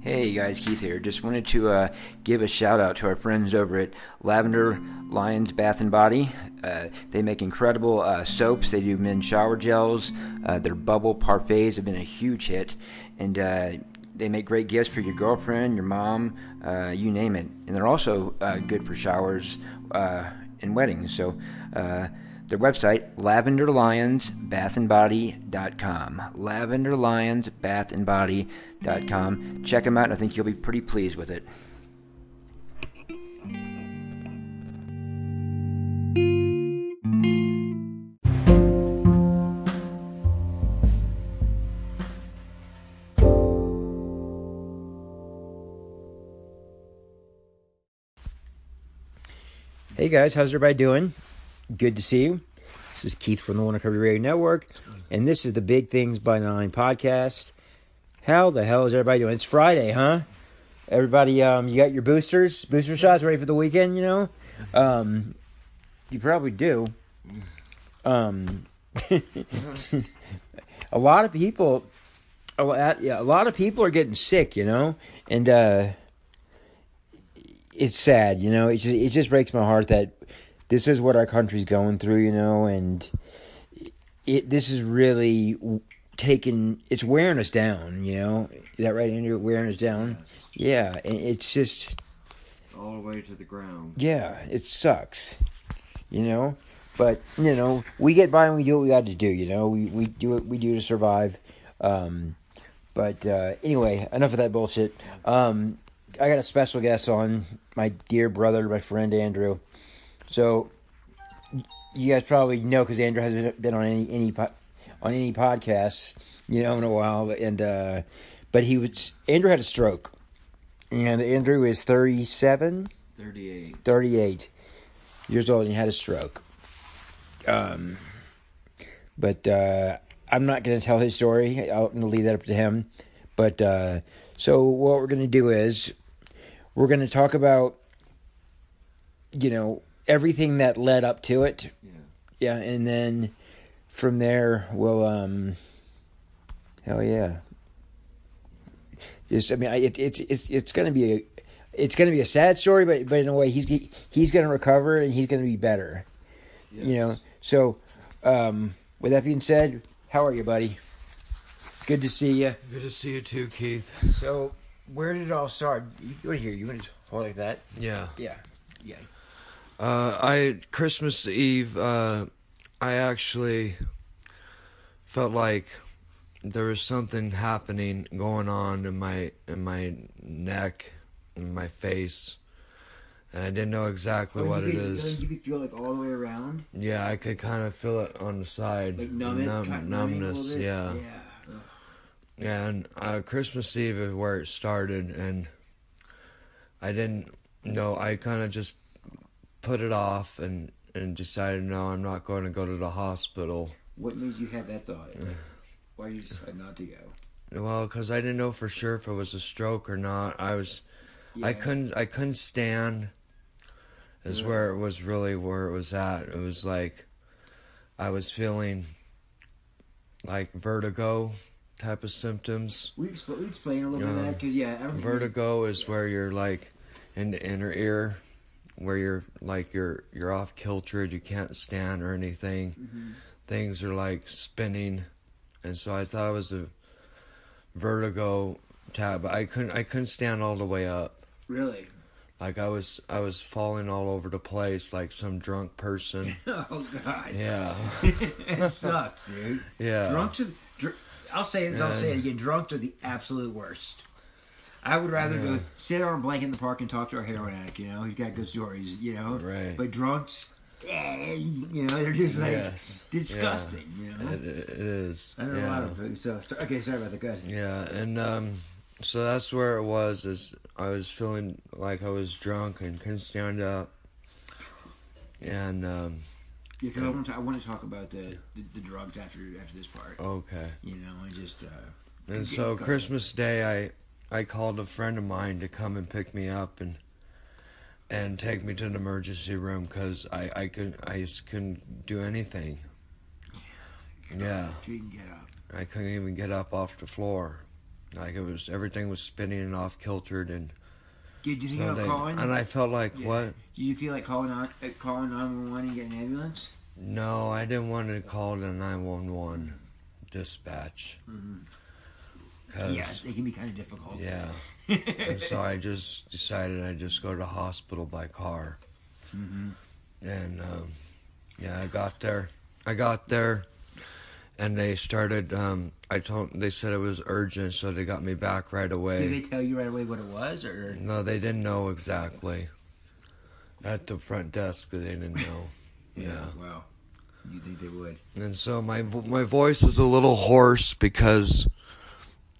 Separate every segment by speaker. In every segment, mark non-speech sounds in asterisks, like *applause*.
Speaker 1: Hey guys, Keith here. Just wanted to uh, give a shout out to our friends over at Lavender Lions Bath and Body. Uh, they make incredible uh, soaps. They do men's shower gels. Uh, their bubble parfaits have been a huge hit, and uh, they make great gifts for your girlfriend, your mom, uh, you name it. And they're also uh, good for showers uh, and weddings. So. Uh, their website, lavenderlionsbathandbody.com. Lavenderlionsbathandbody.com. Check them out, and I think you'll be pretty pleased with it. Hey guys, how's everybody doing? Good to see you. This is Keith from the One Recovery Radio Network, and this is the Big Things by Nine podcast. How the hell is everybody doing? It's Friday, huh? Everybody, um, you got your boosters, booster shots ready for the weekend, you know? Um, you probably do. Um, *laughs* a lot of people, a lot, yeah, a lot of people are getting sick, you know? And, uh, it's sad, you know. It just it just breaks my heart that this is what our country's going through, you know, and it this is really taking it's wearing us down, you know. Is that right, Andrew? Wearing us down. Yeah, and it's just
Speaker 2: all the way to the ground.
Speaker 1: yeah, it sucks, you know. But you know, we get by and we do what we got to do. You know, we we do what we do to survive. Um, but uh, anyway, enough of that bullshit. Um, I got a special guest on my dear brother, my friend Andrew. So you guys probably know because Andrew hasn't been on any any po- on any podcasts, you know, in a while. And uh, but he was Andrew had a stroke, and Andrew is thirty seven.
Speaker 2: 38.
Speaker 1: 38 years old and he had a stroke. Um, but uh, I'm not going to tell his story. I'm going to leave that up to him. But uh, so what we're going to do is we're going to talk about you know everything that led up to it.
Speaker 2: Yeah.
Speaker 1: Yeah, and then from there we'll um hell yeah. Just I mean I, it, it's it's it's going to be a it's going to be a sad story but but in a way he's he, he's going to recover and he's going to be better. You know. So um with that being said, how are you, buddy? It's good to see you.
Speaker 2: Good to see you too, Keith.
Speaker 1: So, where did it all start? You want to hear? You want to hold like that?
Speaker 2: Yeah.
Speaker 1: Yeah. Yeah.
Speaker 2: Uh, I Christmas Eve. Uh, I actually felt like there was something happening going on in my in my neck, in my face, and I didn't know exactly what it is.
Speaker 1: Oh, You could feel like all the way around.
Speaker 2: Yeah, I could kind of feel it on the side.
Speaker 1: like numb it,
Speaker 2: Numb-
Speaker 1: kind of numbing a
Speaker 2: numbness.
Speaker 1: little bit.
Speaker 2: Yeah. and uh, Christmas Eve is where it started, and I didn't know. I kind of just put it off and and decided no, I'm not going to go to the hospital.
Speaker 1: What made you have that thought? Like, why did you decide not to go?
Speaker 2: Well, because I didn't know for sure if it was a stroke or not. I was, I
Speaker 1: Yeah.
Speaker 2: couldn't, I couldn't stand. Is where it was really where it was at. It was like, I was feeling like vertigo type of symptoms.
Speaker 1: We expl- we explain a little bit of
Speaker 2: Yeah.
Speaker 1: that because yeah, I don't think we-
Speaker 2: Vertigo is where you're like in the inner ear, where you're like you're you're off kilter, you can't stand or anything.
Speaker 1: Mm-hmm.
Speaker 2: Things are like spinning, and so I thought it was a vertigo tab. I couldn't I couldn't stand all the way up.
Speaker 1: really. *laughs*
Speaker 2: Like I was I was falling all over the place like some
Speaker 1: *laughs*
Speaker 2: drunk person.
Speaker 1: Oh god,
Speaker 2: yeah, *laughs*
Speaker 1: *laughs*
Speaker 2: Uh,
Speaker 1: it sucks, dude.
Speaker 2: yeah.
Speaker 1: Drunks are. Dr- I'll say this. I'll say it again. Drunks are the absolute worst. I would rather go sit on a blanket in the park and talk to a heroin addict. You know, he's got good stories. You know,
Speaker 2: Right.
Speaker 1: But drunks, eh, you know, they're just like
Speaker 2: Yes.
Speaker 1: disgusting. You know,
Speaker 2: It, it is.
Speaker 1: I know a
Speaker 2: yeah.
Speaker 1: lot of food. So so- okay, sorry about the guys.
Speaker 2: Yeah, and um, so that's where it was. Is I was feeling like I was drunk and couldn't stand up, and um,
Speaker 1: Yeah, 'cause I want to. I want to talk about the, the the drugs after after this part.
Speaker 2: okay.
Speaker 1: You know, and just uh,
Speaker 2: And so
Speaker 1: Go.
Speaker 2: Christmas Day, I I called a friend of mine to come and pick me up and and take me to the emergency room because I I couldn't I just couldn't do anything. Yeah,
Speaker 1: you can get up.
Speaker 2: I couldn't even get up off the floor. Like it was everything was spinning and off kiltered and
Speaker 1: Did you think
Speaker 2: so
Speaker 1: about
Speaker 2: they-
Speaker 1: calling?
Speaker 2: and I felt like
Speaker 1: Yeah.
Speaker 2: what?
Speaker 1: Did you feel like calling on, uh, calling nine one one and getting an ambulance?
Speaker 2: No, I didn't want to call the nine one one dispatch.
Speaker 1: Mhm.
Speaker 2: 'Cause-
Speaker 1: Mm-hmm. yeah, they can be kind of difficult.
Speaker 2: yeah. And so I just decided I'd just go to the hospital by car.
Speaker 1: Mhm.
Speaker 2: And um, yeah, I got there. I got there, and they started. Um, I told they said it was urgent, so they got me back right
Speaker 1: Did
Speaker 2: away.
Speaker 1: they tell you right away what it was, or
Speaker 2: No, they didn't know exactly. At the front desk, they didn't know. Yeah.
Speaker 1: Wow, you think they would?
Speaker 2: And so my vo- my voice is a little hoarse because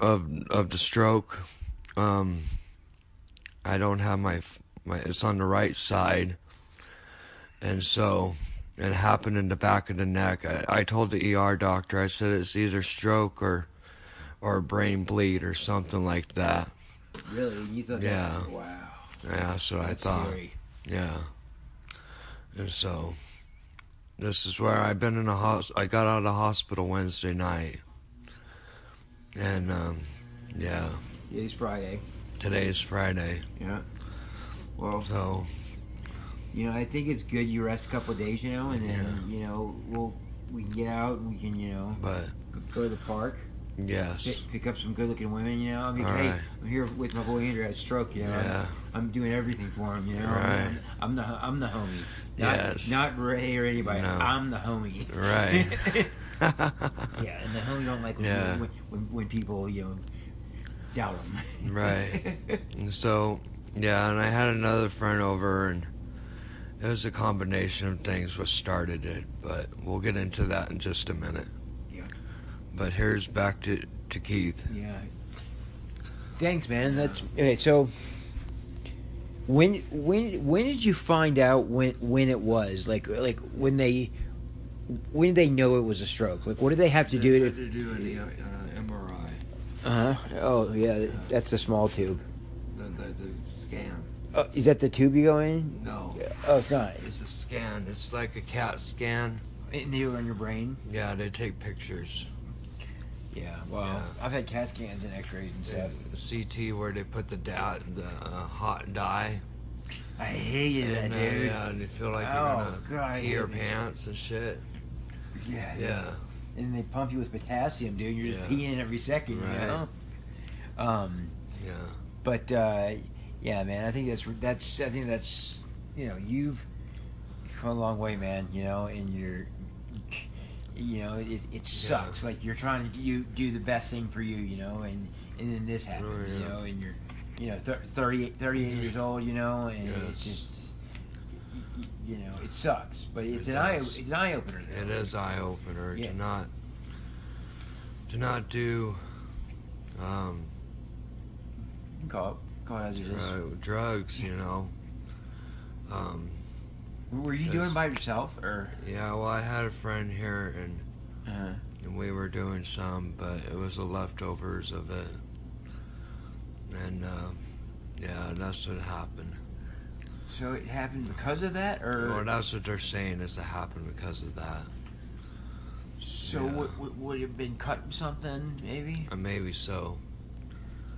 Speaker 2: of of the stroke. Um, I don't have my f- my it's on the right side, and so it happened in the back of the neck. I, I told the ER doctor I said it's either stroke or or brain bleed or something like that.
Speaker 1: Really? You thought?
Speaker 2: Yeah.
Speaker 1: That, wow.
Speaker 2: Yeah, that's what
Speaker 1: That's
Speaker 2: I thought.
Speaker 1: scary.
Speaker 2: Yeah. And so this is where I've been in a hos. I got out of the hospital Wednesday night. And um yeah,
Speaker 1: Today's Friday.
Speaker 2: today's Friday.
Speaker 1: Yeah. Well,
Speaker 2: So
Speaker 1: you know, I think it's good you rest a couple of days, you know, and then you know we'll we can get out and we can you know
Speaker 2: but
Speaker 1: go to the park, pick,
Speaker 2: yes.
Speaker 1: pick up some good-looking women, you know. I mean,
Speaker 2: All
Speaker 1: hey,
Speaker 2: right.
Speaker 1: I'm here with my boy Andrew at Stroke, you know. I'm-
Speaker 2: Yeah.
Speaker 1: I'm doing everything for him, you know.
Speaker 2: Right.
Speaker 1: I'm the I'm the homie. Not,
Speaker 2: Yes.
Speaker 1: Not Ray or anybody.
Speaker 2: No.
Speaker 1: I'm the homie.
Speaker 2: Right.
Speaker 1: *laughs* yeah, and the homie don't like when,
Speaker 2: Yeah.
Speaker 1: when, when, when people you know doubt him.
Speaker 2: Right. *laughs*
Speaker 1: *laughs*
Speaker 2: And so yeah, and I had another friend over and it was a combination of things what started it, but we'll get into that in just a minute.
Speaker 1: Yeah.
Speaker 2: But here's back to, to Keith.
Speaker 1: yeah.
Speaker 3: Thanks, man. That's okay. So, when when when did you find out when when it was like like when they when did they know it was a stroke? Like, what did they have to do to?
Speaker 2: do an MRI.
Speaker 3: Uh huh. Oh yeah, that's the small tube.
Speaker 2: The, the, the scan.
Speaker 3: Uh, is that the tube you go in?
Speaker 2: No,
Speaker 3: Oh, it's not.
Speaker 2: it's a scan. It's like a CAT scan.
Speaker 1: And they were in your brain.
Speaker 2: Yeah, they take pictures.
Speaker 1: Yeah. Well,
Speaker 2: Yeah.
Speaker 1: I've had CAT scans and X-rays and stuff.
Speaker 2: CT where they put the da- the uh, hot dye.
Speaker 1: I hated that,
Speaker 2: and, uh,
Speaker 1: dude.
Speaker 2: yeah, and you feel like
Speaker 1: Oh,
Speaker 2: you're
Speaker 1: God, I
Speaker 2: gonna pee your
Speaker 1: hate these.
Speaker 2: pants and shit.
Speaker 1: Yeah.
Speaker 2: Yeah,
Speaker 1: And they pump you with potassium, dude. You're just
Speaker 2: Yeah.
Speaker 1: peeing every second, you
Speaker 2: Right.
Speaker 1: know. Um.
Speaker 2: yeah.
Speaker 1: But uh, yeah, man, I think that's that's I think that's you know you've come a long way, man. You know, and you're you know it, it sucks. Like you're trying to you do the best thing for you, you know, and and then this happens,
Speaker 2: Oh, yeah. Mm-hmm.
Speaker 1: you know, and you're you know thir- 38, 38 years old, you know, and it's
Speaker 2: Yes.
Speaker 1: just y- y- you know it sucks, but it's
Speaker 2: It
Speaker 1: an eye
Speaker 2: does.
Speaker 1: it's an eye opener.
Speaker 2: It is eye opener
Speaker 1: Yeah.
Speaker 2: to not to not do um,
Speaker 1: Call it, call it as it is.
Speaker 2: dr- drugs. You know. Um,
Speaker 1: Were you
Speaker 2: Yes.
Speaker 1: doing it by yourself or?
Speaker 2: yeah. Well, I had a friend here and.
Speaker 1: Uh,
Speaker 2: and we were doing some, but it was the leftovers of it. And uh, yeah, that's what happened.
Speaker 1: so it happened because of that, or
Speaker 2: Or that's what they're saying is it happened because of that.
Speaker 1: So
Speaker 2: Yeah.
Speaker 1: would, would, would it have been cut something, maybe?
Speaker 2: And Uh, maybe so.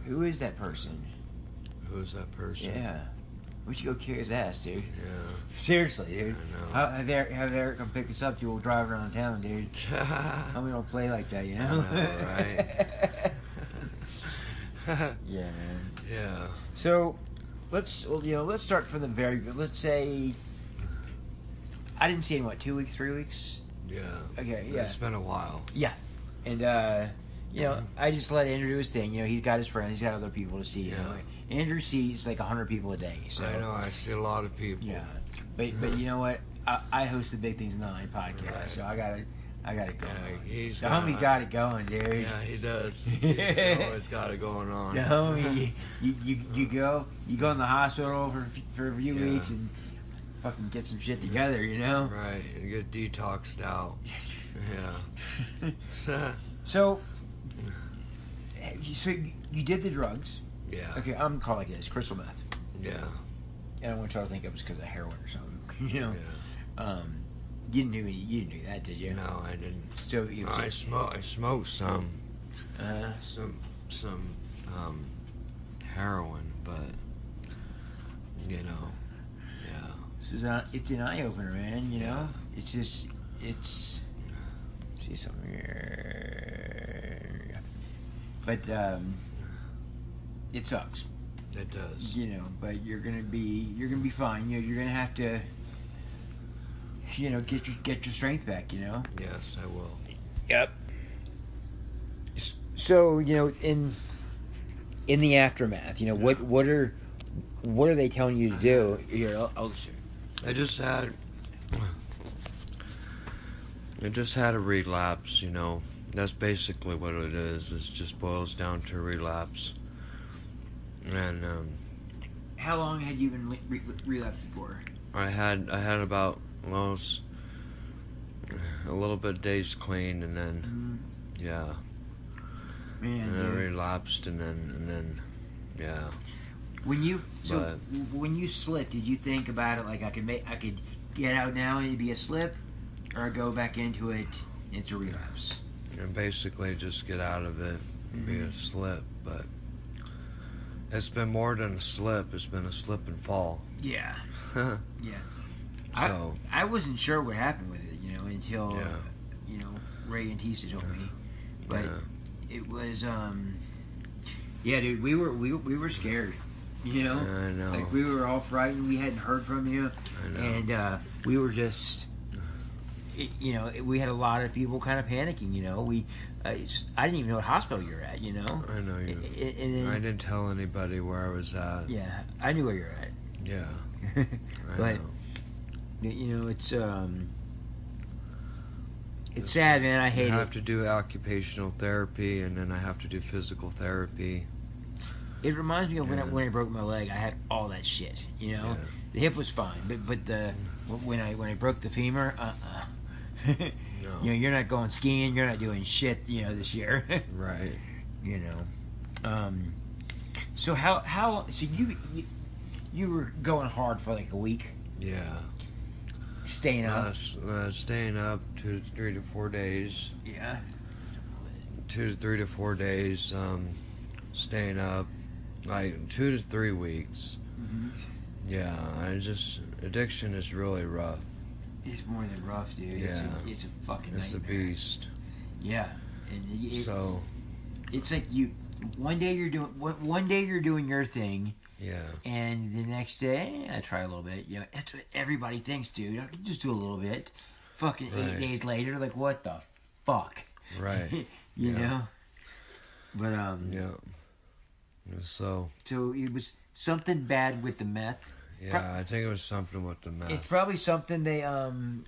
Speaker 1: Who is that person?
Speaker 2: Who's that person?
Speaker 1: Yeah. We should go kick his ass, dude. *laughs*
Speaker 2: Yeah.
Speaker 1: Seriously, dude.
Speaker 2: I know.
Speaker 1: How, have, Eric, have Eric come pick us up, dude. We'll drive around town, dude.
Speaker 2: *laughs*
Speaker 1: How we don't play like that, you know?
Speaker 2: know, right?
Speaker 1: *laughs*
Speaker 2: *laughs*
Speaker 1: yeah, man.
Speaker 2: yeah.
Speaker 1: So, let's, well, you know, let's start from the very, let's say, I didn't see it in, what, two weeks, three weeks?
Speaker 2: Yeah.
Speaker 1: Okay, yeah.
Speaker 2: It's been a while.
Speaker 1: Yeah, and uh, you know, I just let Andrew do his thing. You know, he's got his friends, he's got other people to see. You
Speaker 2: Yeah.
Speaker 1: know, Andrew sees like hundred people a day. So
Speaker 2: I know. I see a lot of people.
Speaker 1: yeah, but but you know what? I, I host the Big Things Nine podcast,
Speaker 2: Right.
Speaker 1: so I gotta I gotta go.
Speaker 2: Yeah, he's
Speaker 1: the
Speaker 2: got-
Speaker 1: homie's got it going, dude.
Speaker 2: Yeah,
Speaker 1: *laughs*
Speaker 2: he does. He's always got it going on.
Speaker 1: The homie, you, you you go you go in the hospital for for a few
Speaker 2: Yeah.
Speaker 1: weeks and fucking get some shit together, you know.
Speaker 2: Right, and get detoxed
Speaker 1: *laughs*
Speaker 2: out. Yeah. *laughs*
Speaker 1: So. So you did the drugs.
Speaker 2: yeah.
Speaker 1: Okay, I'm calling it this crystal meth.
Speaker 2: Yeah.
Speaker 1: and I want y'all to think it was because of heroin or something. *laughs* You
Speaker 2: Yeah.
Speaker 1: know, um, you didn't do any, you didn't do that, did you?
Speaker 2: No, I didn't.
Speaker 1: So you
Speaker 2: I
Speaker 1: just,
Speaker 2: smoke. I smoked some.
Speaker 1: uh,
Speaker 2: Some some um, heroin, but you know, yeah,
Speaker 1: This is a, it's an eye opener, man. You know, it's just it's. See something here, but um, it sucks.
Speaker 2: it does.
Speaker 1: You know, but you're gonna be you're gonna be fine. You know, you're gonna have to. You know, get your get your strength back. You know.
Speaker 2: Yes, I will.
Speaker 1: Yep.
Speaker 4: S- So you know, in in the aftermath, you know what what are what are they telling you to do? Here, I'll, I'll show you.
Speaker 2: I just had. I just had a relapse, you know. That's basically what it is. It just boils down to relapse. And um,
Speaker 1: How long had you been re- re- relapsed before?
Speaker 2: I had I had about well, it was a little bit days clean, and then
Speaker 1: Mm,
Speaker 2: yeah,
Speaker 1: Man,
Speaker 2: and then
Speaker 1: dude.
Speaker 2: relapsed, and then and then yeah.
Speaker 1: When you so
Speaker 2: But-
Speaker 1: w when you slipped, did you think about it like I could make I could get out now and it'd be a slip, or go back into it and it's a relapse?
Speaker 2: and basically just get out of it and be a slip. But it's been more than a slip. It's been a slip and fall. *laughs*
Speaker 1: Yeah,
Speaker 2: so
Speaker 1: yeah. I I wasn't sure what happened with it, you know, until
Speaker 2: Yeah.
Speaker 1: you know Ray and Tisa told me, but
Speaker 2: yeah,
Speaker 1: it was um yeah, dude. We were we we were scared, you know.
Speaker 2: I know.
Speaker 1: oh, Like we were all frightened. We hadn't heard from you.
Speaker 2: I know.
Speaker 1: and uh, we were just it- you know it- we had a lot of people kind of panicking you know we uh, it's- i didn't even know what hospital you were at you know
Speaker 2: I know you.
Speaker 1: A- a- and then,
Speaker 2: I didn't tell anybody where I was at.
Speaker 1: yeah i knew where you're
Speaker 2: Yeah,
Speaker 1: at *laughs*
Speaker 2: I
Speaker 1: But-
Speaker 2: know.
Speaker 1: you know it's um it's sad man i
Speaker 2: I
Speaker 1: hate
Speaker 2: have
Speaker 1: it
Speaker 2: to do occupational therapy, and then I have to do physical therapy.
Speaker 1: it reminds me of when, I,
Speaker 2: Yeah.
Speaker 1: when i broke my leg i had all that shit you know
Speaker 2: Yeah.
Speaker 1: the hip was fine but but the when i when i broke the femur uh-uh
Speaker 2: No.
Speaker 1: *laughs* you know you're not going skiing you're not doing shit you know this year *laughs*
Speaker 2: Right.
Speaker 1: you know. Um, so how how so you, you you were going hard for like a week,
Speaker 2: Yeah.
Speaker 1: staying
Speaker 2: Uh,
Speaker 1: up.
Speaker 2: s- uh, staying up two, three to four days.
Speaker 1: yeah.
Speaker 2: two to three to four days um, staying up like two to three weeks
Speaker 1: Mhm.
Speaker 2: yeah i just addiction is really rough
Speaker 1: It's more than rough, dude. It's, a,
Speaker 2: Yeah.
Speaker 1: it's a fucking
Speaker 2: it's a
Speaker 1: nightmare.
Speaker 2: beast
Speaker 1: Yeah, and it,
Speaker 2: so
Speaker 1: it's like you. One day you're doing one, one day you're doing your thing,
Speaker 2: yeah
Speaker 1: and the next day I try a little bit. You know, that's what everybody thinks, dude. I Just do a little bit. Fucking eight
Speaker 2: Right.
Speaker 1: days later, like what the fuck,
Speaker 2: *laughs* right
Speaker 1: *laughs* you
Speaker 2: Yeah.
Speaker 1: know? But um,
Speaker 2: yeah so
Speaker 1: So it was something bad with the meth.
Speaker 2: yeah i think it was something with the
Speaker 1: It's
Speaker 2: meth
Speaker 1: probably something they um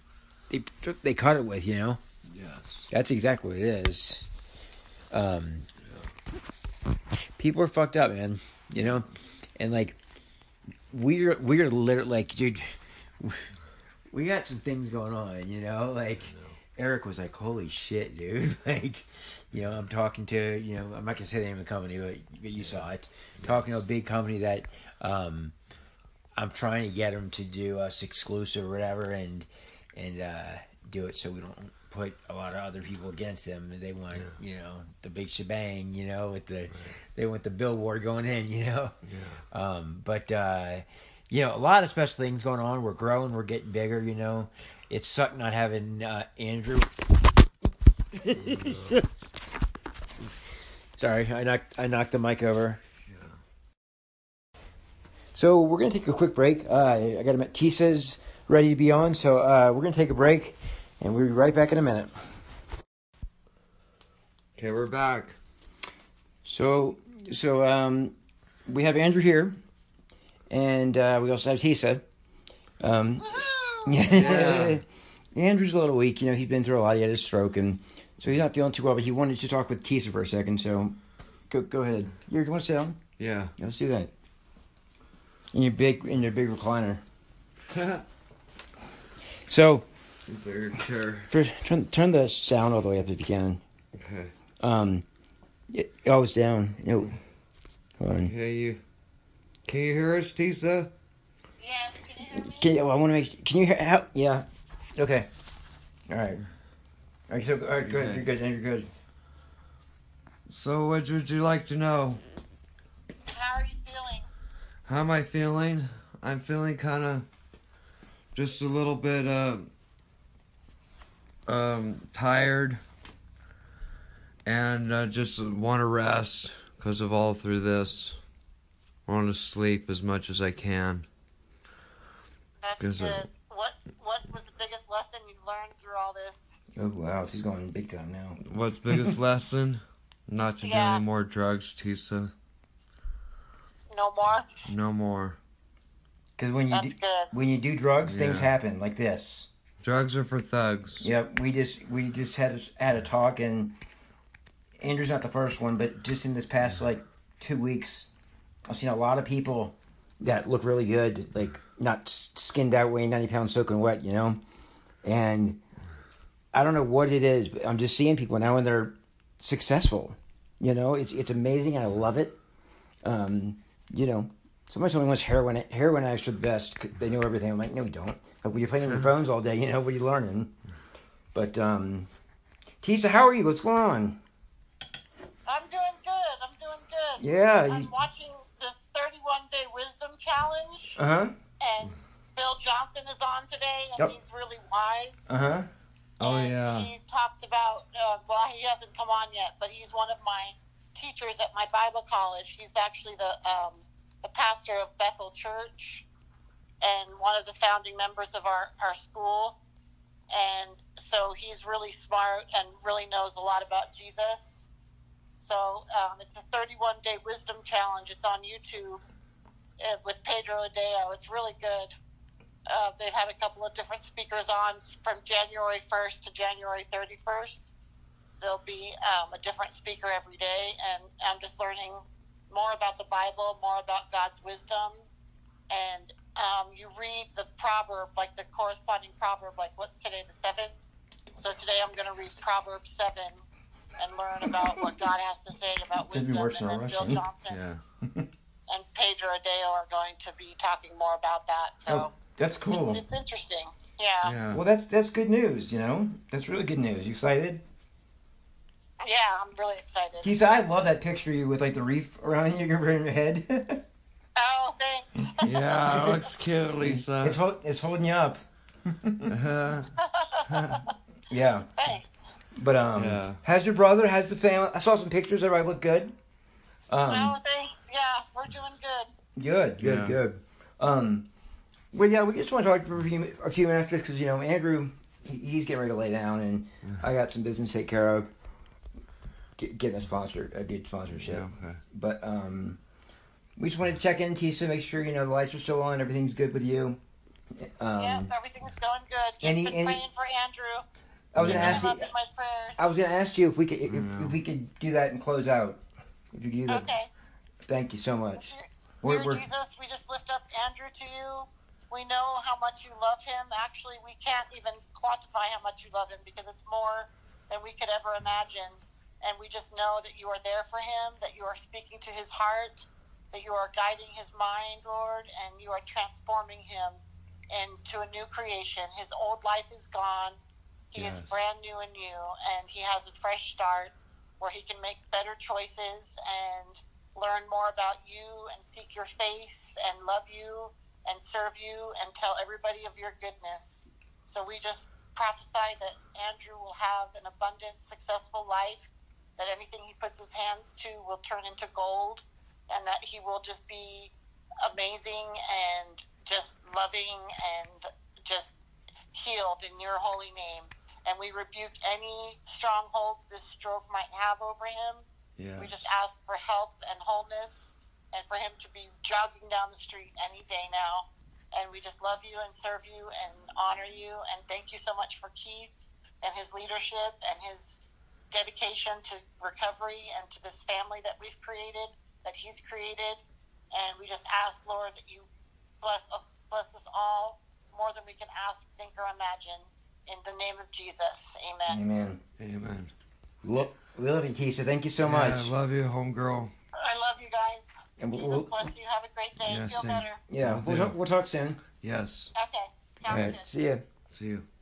Speaker 1: they they cut it with, you know.
Speaker 2: yes
Speaker 1: That's exactly what it is. Um, people are fucked up, man. You know, and like we're we're literally like, dude, we got some things going on. You know, like Eric was like, "Holy shit, dude!" *laughs* Like, you know, I'm talking to you know, I'm not gonna say the name of the company, but but you saw it. Talking to a big company that um, I'm trying to get them to do us exclusive or whatever, and and uh, do it so we don't put a lot of other people against them. They want you know the big shebang, you know, with the they want the billboard going in, *laughs* you know.
Speaker 2: Yeah.
Speaker 1: Um, but uh, you know, a lot of special things going on. We're growing, we're getting bigger, you know. It sucked not having uh, Andrew. *laughs* Sorry, I knocked I knocked the mic over.
Speaker 4: So we're gonna take a quick break. Uh, I got him at Tisa's ready to be on, so uh, we're gonna take a break, and we'll be right back in a minute.
Speaker 2: okay we're back
Speaker 4: So, so um, we have Andrew here, and uh, we also have Tisa. Um, *laughs* yeah. Andrew's a little weak. You know, he's been through a lot. He had a stroke, and so he's not feeling too well. But he wanted to talk with Tisa for a second. So, go go ahead. You want to sit down?
Speaker 2: *laughs* yeah
Speaker 4: Yeah, let's do that. In your big in your big recliner. So,
Speaker 2: bigger chair
Speaker 4: for, turn turn the sound all the way up if you can.
Speaker 2: okay
Speaker 4: Um, it, oh, it's down. No, hold on.
Speaker 2: can you can you hear us tisa
Speaker 5: Yes, can you hear me?
Speaker 4: Can well, I want to make? Can you hear? How, yeah. Okay. All right. All right. So all right. Good.
Speaker 2: Okay.
Speaker 4: You're good. Andrew, good.
Speaker 2: So, what would you like to know?
Speaker 5: How are you feeling?
Speaker 2: How am I feeling? I'm feeling kind of just a little bit uh, um, tired and uh, just want to rest because of all through this. want to sleep as much as I can.
Speaker 5: That's
Speaker 2: Guess I-
Speaker 5: good. What What was the biggest lesson you learned through all this?
Speaker 1: Oh wow, she's going big time now.
Speaker 2: What's
Speaker 5: *laughs*
Speaker 2: biggest lesson? Not to do
Speaker 5: Yeah.
Speaker 2: any more drugs, Tisa.
Speaker 5: No more.
Speaker 2: No more.
Speaker 1: Because when you
Speaker 5: That's
Speaker 1: do,
Speaker 5: good.
Speaker 1: when you do drugs, things
Speaker 2: Yeah.
Speaker 1: happen like this.
Speaker 2: Drugs are for thugs.
Speaker 1: Yep, we just we just had a, had a talk, and Andrew's not the first one, but just in this past like two weeks, I've seen a lot of people that look really good, like not s- skinned out, weighing ninety pounds, soaking wet, you know. And I don't know what it is, but I'm just seeing people now, and they're successful. You know, it's it's amazing, and I love it. Um, you know, somebody told me once heroin heroin addicts are the best. c- They know everything. I'm like, no, you don't. Like, when you're playing on your phones all day, you know what are you learning? But um, Tisa, how are you? What's going on?
Speaker 5: I'm doing good. I'm doing good.
Speaker 1: Yeah.
Speaker 5: I'm watching this 31 day wisdom challenge,
Speaker 1: Uh huh.
Speaker 5: and Bill Johnson is on today, and
Speaker 1: Yep.
Speaker 5: he's really wise.
Speaker 1: Uh huh.
Speaker 2: Oh,
Speaker 5: and
Speaker 2: yeah.
Speaker 5: He talks about, uh, well, he hasn't come on yet, but he's one of my teachers at my Bible college. He's actually the, um, the pastor of Bethel Church and one of the founding members of our, our school. And so he's really smart and really knows a lot about Jesus. So um, it's a 31 day wisdom challenge. It's on YouTube uh, with Pedro Adeo. It's really good. Uh, they've had a couple of different speakers on from January 1st to January 31st. There'll be um, a different speaker every day, and I'm just learning more about the Bible, more about God's wisdom, and um, you read the proverb, like the corresponding proverb, like what's today, the seventh. So today I'm going to read Proverbs seven and learn about what God has to say about
Speaker 1: Could be
Speaker 5: wisdom.
Speaker 1: worse than
Speaker 5: and then
Speaker 1: our Russian.
Speaker 5: Bill Johnson
Speaker 2: Yeah.
Speaker 5: and Pedro Adeo are going to be talking more about that.
Speaker 1: Oh,
Speaker 5: So
Speaker 1: that's cool.
Speaker 5: it's, it's interesting. Yeah. yeah.
Speaker 2: Yeah.
Speaker 1: Well, that's that's good news. You know, that's really good news. You excited,
Speaker 5: I'm really excited.
Speaker 1: Tisa? I love that picture of you with like the reef around *laughs* your around your head.
Speaker 5: oh,
Speaker 1: Mm.
Speaker 5: thanks.
Speaker 2: Yeah, it looks cute, Lisa.
Speaker 1: it's
Speaker 2: *laughs*
Speaker 1: hol- it's holding you up.
Speaker 2: Uh,
Speaker 1: Yeah.
Speaker 5: thanks.
Speaker 1: But um,
Speaker 2: Yeah.
Speaker 1: how's your brother? How's the family? I saw some pictures. Everybody look good. Um,
Speaker 5: oh, thanks. Yeah, we're doing good.
Speaker 1: Good, good,
Speaker 2: Yeah.
Speaker 1: good. Um, well, yeah, we just want to talk for a few, a few minutes because you know Andrew, he, he's getting ready to lay down, and I got some business to take care of. Get, getting a sponsor, a good sponsorship.
Speaker 2: yeah, okay.
Speaker 1: But um, we just wanted to check in, Tisa, make sure you know the lights are still on, everything's good with you. Um,
Speaker 5: yep, everything's going good. Just
Speaker 1: any-
Speaker 5: been
Speaker 1: any-
Speaker 5: praying for Andrew.
Speaker 1: I was gonna
Speaker 2: Yeah.
Speaker 1: ask
Speaker 5: Him up
Speaker 1: you.
Speaker 5: in my prayers.
Speaker 1: I was gonna ask you if we could if,
Speaker 2: Yeah.
Speaker 1: if we could do that and close out. If you could do that,
Speaker 5: Okay.
Speaker 1: thank you so much.
Speaker 5: Dear
Speaker 1: We're, we're,
Speaker 5: Jesus, we just lift up Andrew to you. We know how much you love him. Actually, we can't even quantify how much you love him because it's more than we could ever imagine. And we just know that you are there for him, that you are speaking to his heart, that you are guiding his mind, Lord, and you are transforming him into a new creation. His old life is gone. He is
Speaker 2: Yes.
Speaker 5: brand new in you, and he has a fresh start where he can make better choices and learn more about you and seek your face and love you and serve you and tell everybody of your goodness. So we just prophesy that Andrew will have an abundant, successful life, that anything he puts his hands to will turn into gold, and that he will just be amazing and just loving and just healed in your holy name. And we rebuke any strongholds this stroke might have over him. We
Speaker 2: Yes.
Speaker 5: just ask for health and wholeness and for him to be jogging down the street any day now. And we just love you and serve you and honor you. And thank you so much for Keith and his leadership and his dedication to recovery and to this family that we've created, that he's created. And we just ask, Lord, that you bless, bless us all more than we can ask, think, or imagine. In the name of Jesus, amen.
Speaker 1: amen.
Speaker 2: Amen.
Speaker 1: Look, we love you, Tisa. Thank you so
Speaker 2: Yeah,
Speaker 1: much.
Speaker 2: I love you, homegirl.
Speaker 5: I love you guys.
Speaker 1: and we'll,
Speaker 5: Jesus
Speaker 1: we'll-
Speaker 5: bless you. Have a great day.
Speaker 2: Yeah,
Speaker 5: Feel
Speaker 2: same.
Speaker 5: better.
Speaker 1: yeah,
Speaker 2: Will
Speaker 1: we'll
Speaker 2: do.
Speaker 1: talk, we'll talk soon.
Speaker 2: Yes.
Speaker 5: Okay. Sounds
Speaker 1: All right,
Speaker 5: good.
Speaker 1: see ya.
Speaker 2: See you.